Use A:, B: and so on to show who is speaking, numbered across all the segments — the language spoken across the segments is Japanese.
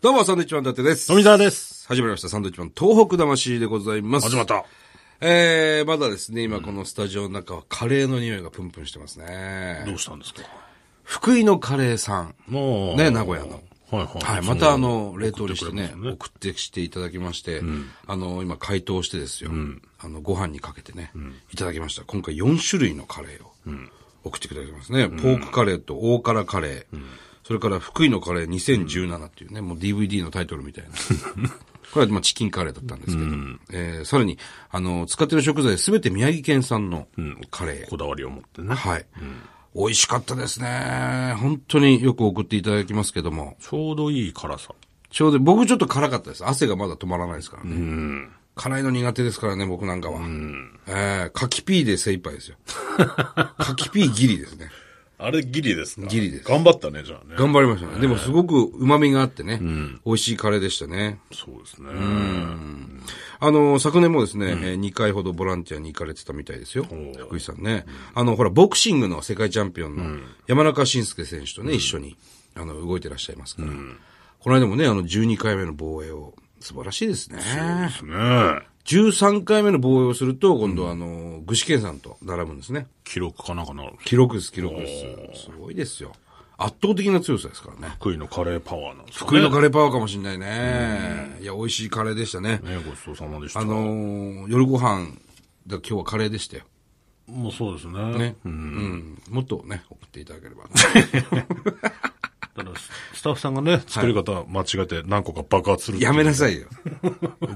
A: どうも、サンドイッチマン伊達です。
B: 富澤です。
A: 始まりました、サンドイッチマン東北魂でございます。
B: 始まった。
A: えー、まだですね、今このスタジオの中はカレーの匂いがプンプンしてます
B: ど
A: ね。
B: うしたんですか
A: 福井のカレーさん。
B: もう。
A: ね、名古屋の。
B: はいはい。
A: はい、またあの、冷凍にしてね、送ってきていただきまして、あの、今解凍してですよ、あの、ご飯にかけてね、いただきました。今回4種類のカレーを送ってくださいますね。ポークカレーと大辛カレー、それから福井のカレー2017っていうね、もう DVD のタイトルみたい な。これはまあチキンカレーだったんですけど、えーさらに、あの、使ってる食材すべて宮城県産のカレー。
B: こだわりを持ってね。
A: はい。美味しかったですね。本当によく送っていただきますけども。
B: ちょうどいい辛さ。
A: ちょうど、僕ちょっと辛かったです。汗がまだ止まらないですからね。辛いの苦手ですからね、僕なんかは。えー、柿ピーで精一杯ですよ。 柿ピーギリですね。
B: あれギリですか
A: ギリです
B: 頑張ったね、じゃあね。
A: 頑張りましたね。でもすごく旨味があってね、美味しいカレーでしたね。
B: そうですね。
A: あの、昨年もですね、えー2回ほどボランティアに行かれてたみたいですよ。福井さんね。あの、ほら、ボクシングの世界チャンピオンの山中慎介選手とね、一緒に、あの、動いてらっしゃいますから。この間もね、あの、12回目の防衛を、素晴らしいですね。
B: ですね。
A: 13回目の防衛をすると、今度はあの、具志堅さんと並ぶんですね。
B: 記録かなんかな。
A: 記録です、記録です。すごいですよ。圧倒的な強さですからね。
B: 福井のカレーパワーなんですかね。
A: 福井のカレーパワーかもしれないね。いや、美味しいカレーでしたね。
B: ね、ごちそうさまでした。
A: あのー夜ご飯、だ今日はカレーでしたよ。
B: もうそうですね。
A: ね。うん。もっとね、送っていただければ。
B: ただ、ススタッフさんがね、作り方間違えて何個か爆発する。
A: やめな
B: いう。
A: さ いよ。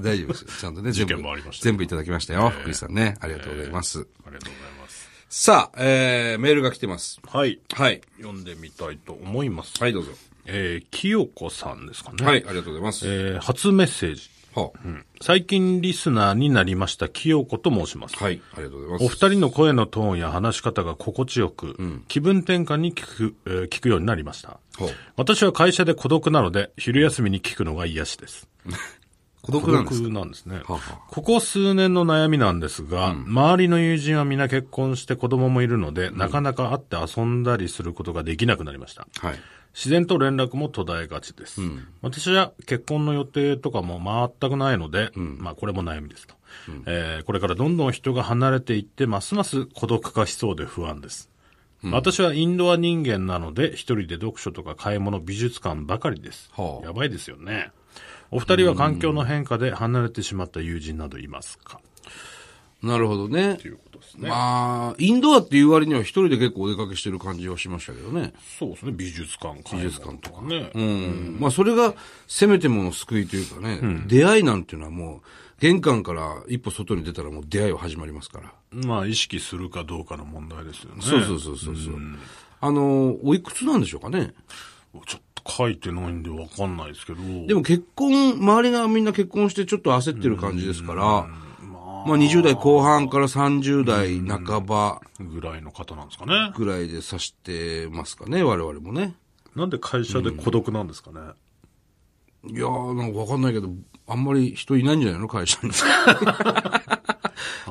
A: 大丈夫ですよ。ちゃんとね、全部
B: 事件もありまし、たね
A: 全部いただきましたよ。福井さんね。ありがとうございます。
B: ありがとうございます。
A: さあ、えー、メールが来てます。
B: はい。
A: はい。
B: 読んでみたいと思います。
A: はい、どうぞ。
B: えー、清子さんですかね。。
A: はいい、ありがとうございます。
B: えー、初メッセージ。
A: はあ
B: 最近リスナーになりました清子と申します。
A: はい、ありがとうござい
B: お
A: ま
B: 二
A: す。
B: 人の声のトーンや話し方が心地よく、気分転換に聞く、えー聞くようになりました。
A: ほう
B: 私は会社で孤独なので、昼休みに聞くのが癒しです。
A: 孤独なんですか
B: 孤独なんですね。
A: はは
B: ここ数年の悩みなんですが、周りの友人は皆結婚して子供もいるので、なかなか会って遊んだりすることができなくなりました。
A: はい。
B: 自然と連絡も途絶えがちです。私は結婚の予定とかも全くないので、まあこれも悩みですと、えーこれからどんどん人が離れていって、ますます孤独化しそうで不安です。私はインドア人間なので、一人で読書とか買い物、美術館ばかりです。
A: はあ
B: やばいですよね。お二人は環境の変化で離れてしまった友人などいますか、
A: なるほどね。
B: ということですね。
A: まあ、インドアっていう割には一人で結構お出かけしてる感じはしましたけどね。
B: そうですね。美術館、美術館とかね。
A: うん。まあ、それがせめてもの救いというかね、出会いなんていうのはもう、玄関から一歩外に出たらもう出会いは始まりますから。
B: まあ意識するかどうかの問題ですよね。
A: そうそうそうそうそう。あの、おいくつなんでしょうかね。
B: ちょっと書いてないんでわかんないですけど。
A: でも結婚、周りがみんな結婚してちょっと焦ってる感じですから、まあ20代後半から30代半ば
B: ぐらいの方なんですかね。
A: ぐらいで指してますかね、我々もね。
B: なんで会社で孤独なんですかね。
A: いやー、なんかわかんないけど、あんまり人いないんじゃないの会社 に。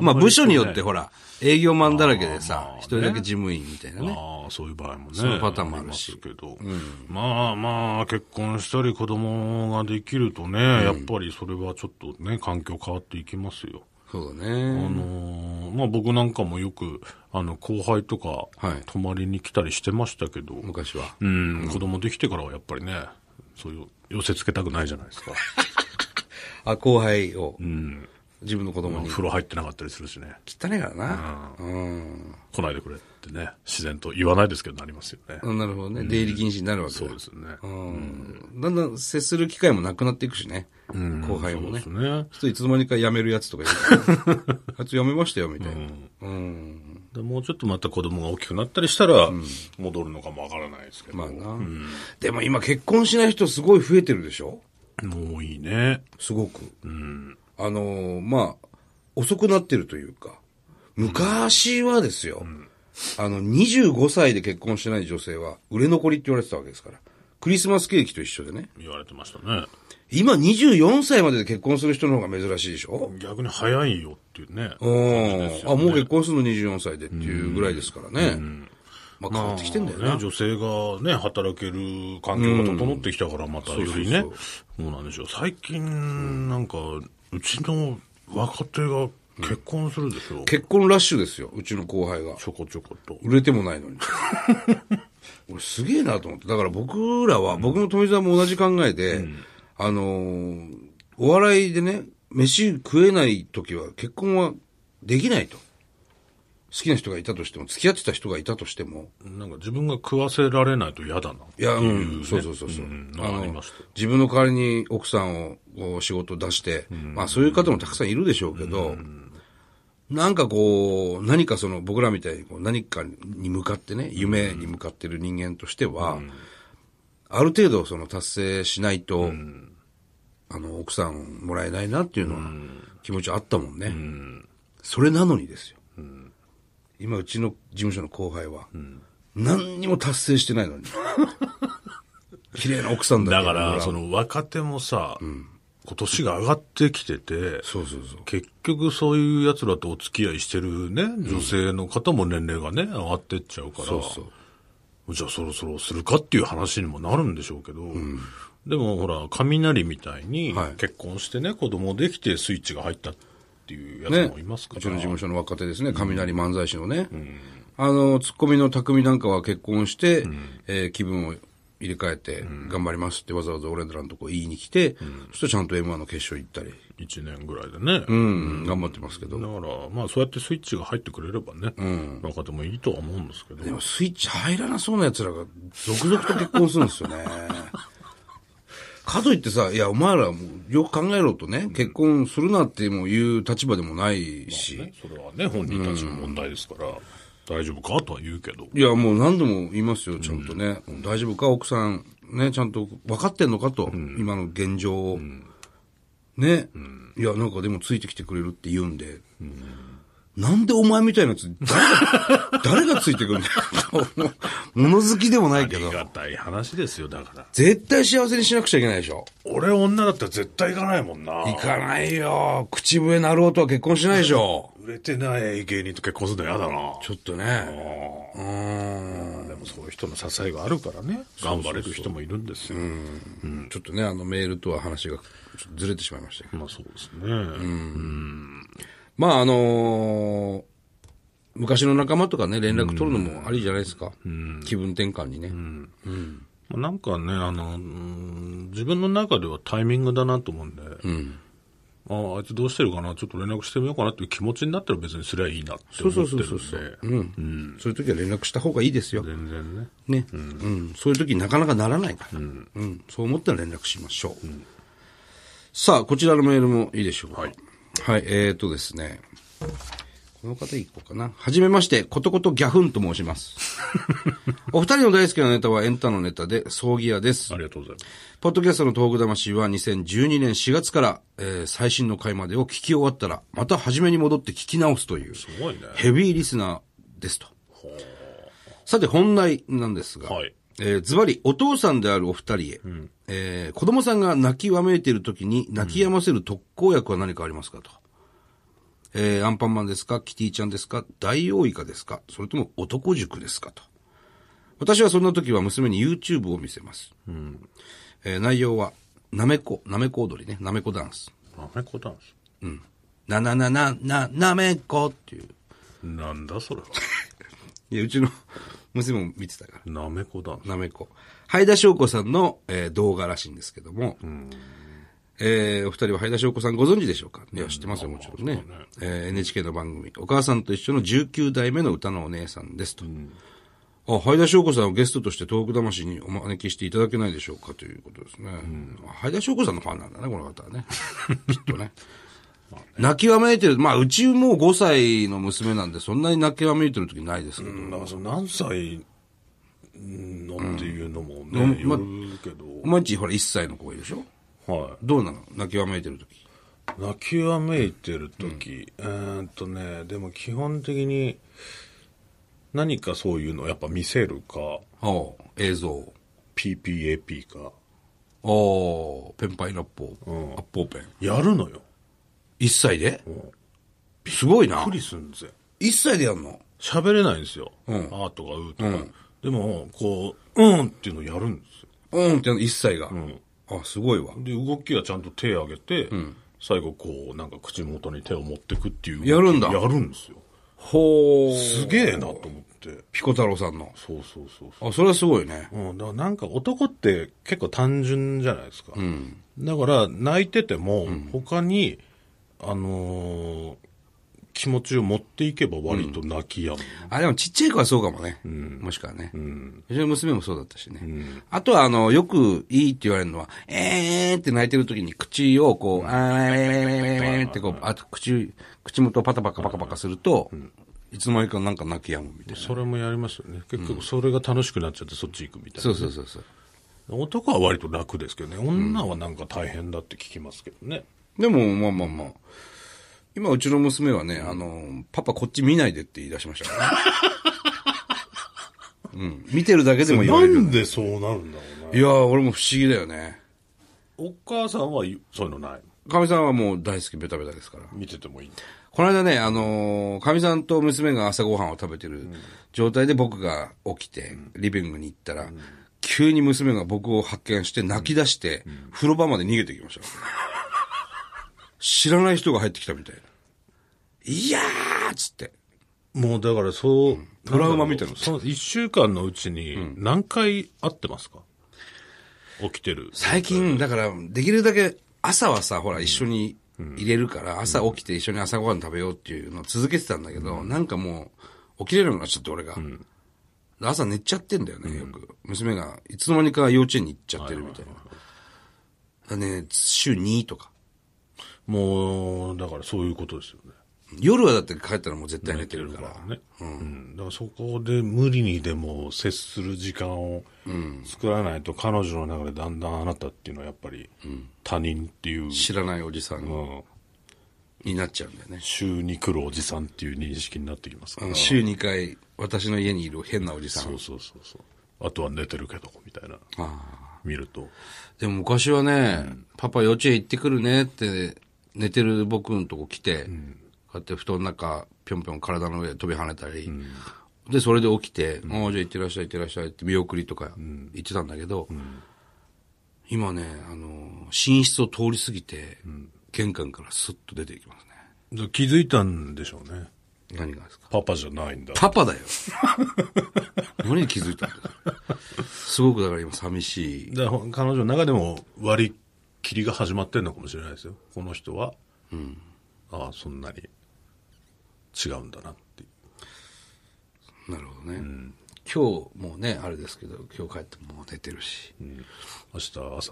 A: まあ部署によってほら、営業マンだらけでさ、一人だけ事務員みたいなね。
B: ああ、そういう場合もね。
A: のパターンもあるし
B: りますけど。まあまあ、結婚したり子供ができるとね、やっぱりそれはちょっとね、環境変わっていきますよ。
A: そうだ
B: あ
A: ね。
B: のーまあ僕なんかもよく、あの、後輩とか
A: はい、
B: 泊まりに来たりしてましたけど、
A: 昔は。
B: うん、子供できてからはやっぱりね、そういう、寄せつけたくないじゃないですか。
A: あ、後輩を、自分の子供に。
B: 風呂入ってなかったりするしね。
A: 汚ねえからな。うん。
B: 来ないでくれってね、自然と言わないですけどなりますよね。
A: なるほどね。出入り禁止になるわけだ
B: そうですよね。
A: うんだんだん接する機会もなくなっていくしね。後輩も
B: そう
A: ね
B: です。ね。
A: ちょっといつの間にか辞めるやつとかい るからねあいつ辞めましたよ、みたいな。うん。
B: でもうちょっとまた子供が大きくなったりしたら、戻るのかもわからないですけど。
A: まあな。でも今結婚しない人すごい増えてるでしょ
B: もういいね。
A: すごく。あのーまあ、遅くなってるというか、昔はですよ、あの、25歳で結婚してない女性は、売れ残りって言われてたわけですから。クリスマスケーキと一緒でね。
B: 言われてましたね。
A: 今24歳までで結婚する人の方が珍しいでしょ
B: 逆に早いよっていうね。
A: うん。あ、もう結婚するの24歳でっていうぐらいですからね。まあ変わってきてんだよ
B: まあ
A: な。
B: ね女性がね、働ける環境が整ってきたから、またよりね
A: そうそう。
B: そうなんでしょう。最近、なんか、うちの若手が結婚するでしょ。
A: 結婚ラッシュですよ、うちの後輩が。
B: ちょこちょこと。
A: 売れてもないのに。 俺すげえなと思って。だから僕らは、僕の富澤も同じ考えで、あのーお笑いでね、飯食えない時は結婚はできないと。好きな人がいたとしても、付き合ってた人がいたとしても、
B: なんか自分が食わせられないと嫌だな。
A: いや、うん、そうそうそうそう、
B: ん
A: あ
B: あり
A: の
B: ましたよ
A: 自分の代わりに奥さんをこう仕事出して、まあそういう方もたくさんいるでしょうけど、なんかこう、何かその僕らみたいにこう何かに向かってね、夢に向かってる人間としては、ある程度その達成しないと、あの奥さんもらえないなっていうのは気持ちあったもんね。それなのにですよ。今うちの事務所の後輩は、何にも達成してないのに。綺麗な奥さんだ
B: だ
A: け
B: か
A: ど
B: ら、
A: 俺
B: その若手もさ、こう年が上がってきてて、
A: そうそうそう。
B: 結局そういう奴らとお付き合いしてるね、女性の方も年齢がね、上がってっちゃうから、
A: そうそう。
B: じゃあそろそろするかっていう話にもなるんでしょうけど、でもほら、雷みたいに
A: はい
B: 結婚してね、子供できてスイッチが入ったっていうや
A: ね
B: つもいますか
A: う
B: ら。
A: ちの事務所の若手ですね、雷漫才師のね。あの、ツッコミの匠なんかは結婚して、えー気分を入れ替えて、頑張りますってわざわざ俺らのとこ言いに来て、そしたらちゃんと M1 の決勝行ったり、
B: 1年ぐらいでね。
A: うん、頑張ってますけど。
B: だから、まあそうやってスイッチが入ってくれればね、若手もいいとは思うんですけど
A: で。もスイッチ入らなそうな奴らが続々と結婚するんですよ ね。かといってさ、いや、お前らもうよく考えろとね、結婚するなっても言う立場でもないし、
B: ねそれはね、本人たちの問題ですから、大丈夫かとは言うけど。
A: いや、もう何度も言いますよ、ちゃんとね。大丈夫か、奥さん、ね、ちゃんと分かってんのかと、今の現状を。ね、いや、なんかでもついてきてくれるって言うんで。なんでお前みたいなやつ、誰が、 誰がついてくるんだよ。物好きでもないけ
B: あ
A: ど
B: り。がたい話ですよ、だから。
A: 絶対幸せにしなくちゃいけないでしょ。
B: 俺女だったら絶対行かないもんな。
A: 行かないよ。口笛なろうとは結婚しないでしょ。
B: 売れてない芸人と結婚するの嫌だな。
A: ちょっとね。うーん。
B: でもそういう人の支えがあるからね、頑張れる人もいるんですよ。
A: ちょっとね、あのメールとは話がちょっとずれてしまいましたけど
B: まあそうですね。うん
A: まああのー昔の仲間とかね、連絡取るのもありじゃないですか。気分転換にね。
B: まあなんかね、あの、うん自分の中ではタイミングだなと思うんで、ああ、あいつどうしてるかな、ちょっと連絡してみようかなっていう気持ちになったら別にすりゃいいなって思ってるんで、
A: うん。そういう時は連絡した方がいいですよ。
B: 全然ね。
A: ね。うん。そういう時なかなかならないから。うん。そう思ったら連絡しましょう。さあ、こちらのメールもいいでしょうか。はい。えーとですね。この方いこうかな。はじめまして、ことことギャフンと申し ます。お二人の大好きなネタはエンタのネタで、葬儀屋です
B: あ。りがとうございます。
A: ポッドキャストの東北魂は2012年4月から、えー最新の回までを聞き終わったら、また初めに戻って聞き直すという、
B: すごいね。
A: ヘビーリスナーですと。さて本題なんですが、
B: はい
A: えーズバリお父さんであるお二人へ、えー子供さんが泣きわめいている時に泣き止ませる特効薬は何かありますかと。えーアンパンマンですかキティちゃんですか大王イカですかそれとも男塾ですかと。私はそんな時は娘に YouTube を見せます。えー内容は、なめこ、なめこ踊りね、なめこダンス。
B: なめこダンス。
A: なななな、な、なめこっていう。
B: なんだそれは。
A: いや、うちの 娘も見てたから。
B: なめこダンス。
A: なめこ。はいだしょうこさんの、えー動画らしいんですけども、えーお二人ははいだしょうこさんご存知でしょうかいや、知ってますよ、もちろんね。えー NHK の番組、お母さんと一緒の19代目の歌のお姉さんですと。あ、はいだしょうこさんをゲストとして東北魂にお招きしていただけないでしょうかということですね。あはいだしょうこさんのファンなんだね、この方はね。 きっとね。泣きわめいてる。まあ、うちもう5歳の娘なんで、そんなに泣きわめいてる時ないですけど。
B: なんかその何歳のっていうのもね、
A: うん
B: よるけど、
A: お前んち、ほら、1歳の子がいるでしょ
B: は
A: どうなの泣きわめいてる時
B: い。泣きわめいてる時、えーっとね、でも基本的に何かそういうのをやっぱ見せるか、
A: おう映像。
B: PPAP か、
A: おうペンパイナッポー。アッポーペン。
B: やるのよ。
A: 1歳で、すごい
B: びっ
A: な
B: く。りすんぜ。
A: 1歳でやんの
B: 喋れないんですよ。
A: うん
B: あーとかうーとか。
A: うん
B: でも、こう、うんっていうのやるんですよ。
A: うんって一切が。
B: ん
A: あ、すごいわ。
B: で、動きはちゃんと手上げて、最後こう、なんか口元に手を持ってくっていう動き。
A: やるんだ
B: やるんですよ。
A: ほー。
B: すげえなと思って。
A: ピコ太郎さんの。
B: そうそうそうそう。
A: あ、それはすごいね。
B: うん、だからなんか男って結構単純じゃないですか。だから泣いてても、他に、あのー気持ちを持っていけば割と泣きやむ。
A: あ、でもちっちゃい子はそうかもね。もしくはね。うちの娘もそうだったしね。あとは、あの、よくいいって言われるのは、えーって泣いてる時に口をこう、あーえーってこう、あと口、口元をパタパカパカパカすると、いつの間にかなんか泣き止むみたいな。
B: それもやりますよね。結局それが楽しくなっちゃってそっち行くみたいな。
A: そうそうそうそう。
B: 男は割と楽ですけどね。女はなんか大変だって聞きますけどね。
A: でも、まあまあまあ。今、うちの娘はね、あの、パパこっち見ないでって言い出しましたから ね、うん。見てるだけでも言
B: な
A: われる。
B: んでそうなるんだろうね。
A: いやー、俺も不思議だよね。
B: お母さんはそういうのない。
A: かみさんはもう大好きベタベタですから。
B: 見ててもいいんだ。
A: この間ね、あのー、かみさんと娘が朝ごはんを食べてる状態で僕が起きて、リビングに行ったら、急に娘が僕を発見して泣き出して、風呂場まで逃げてきました。知らない人が入ってきたみたいな。いやーっつって。
B: もうだからそう、
A: トラウマみたいなの
B: その一週間のうちに何回会ってますか、起きてる。
A: 最近、だから、できるだけ朝はさ、ほら、一緒に入れるから、朝起きて一緒に朝ごはん食べようっていうのを続けてたんだけど、なんかもう、起きれなくなっちゃって、俺が。で朝寝ちゃってんだよね、よく。娘が、いつの間にか幼稚園に行っちゃってるみたいな。だね、週2とか。
B: もう、だからそういうことですよね。
A: 夜はだって帰ったらもう絶対寝てるか
B: だ
A: ら
B: か。らね。うん。だからそこで無理にでも接する時間を作らないと彼女の中でだんだんあなたっていうのはやっぱり他人っていう、
A: 知らないおじさん
B: うん
A: になっちゃうんだよね。
B: 週に来るおじさんっていう認識になってきますから。
A: 週2回、私の家にいる変なおじさ
B: そ
A: ん
B: う。そうそうそう。あとは寝てるけど、みたいな。
A: あー
B: 見ると。
A: でも昔はね、パパ幼稚園行ってくるねって、寝てる僕のとこ来て、こうやって布団の中、ぴょんぴょん体の上で飛び跳ねたり、で、それで起きて、ああ、じゃあ行ってらっしゃい行ってらっしゃいって見送りとか言ってたんだけど、今ね、あの、寝室を通り過ぎて、玄関からスッと出ていきますね。
B: で気づいたんでしょうね。
A: 何がですか
B: パパじゃないんだ。
A: パパだよ何に気づいたんだすごくだから今寂しい。
B: だから彼女の中でも割り切りが始まってんのかもしれないですよ。この人は、ああ、そんなに違うんだなっていう。
A: なるほどね。今日もうね、あれですけど、今日帰ってもう寝てるし。
B: 明日朝は。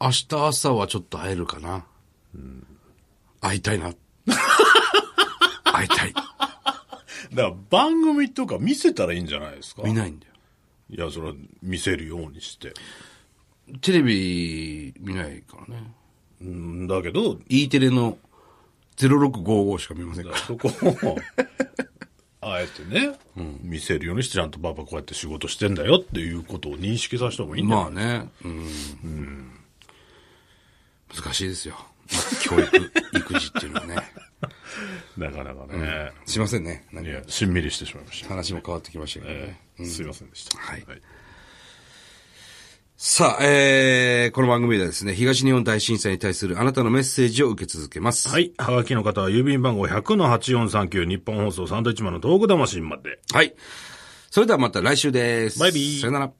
A: 明日朝はちょっと会えるかな。会いた いな。会いたい。
B: だから番組とか見せたらいいんじゃないですか
A: 見ないんだよ。
B: いや、それは見せるようにして。
A: テレビ見ないからね。
B: うん、だけど、
A: E テレの0655しか見ませんか
B: だ
A: ら
B: から。そこ を、あえてね、見せるようにして、ちゃんとパパこうやって仕事してんだよっていうことを認識させた方がいいんだよ。
A: まあね、うん。難しいですよ。教育、育児っていうのはね。
B: なかなかね。
A: すいませんね。何
B: い
A: か
B: や、しんみりしてしまいました。
A: 話も変わってきましたけどね。
B: ええすいませんでした。
A: はいさあ、えー、この番組ではですね、東日本大震災に対するあなたのメッセージを受け続けます。。
B: はいい。はがきの方は郵便番号100-8439日本放送サンドイッチマンのトーク魂まで。
A: はい。それではまた来週です。
B: バイビー
A: さよなら。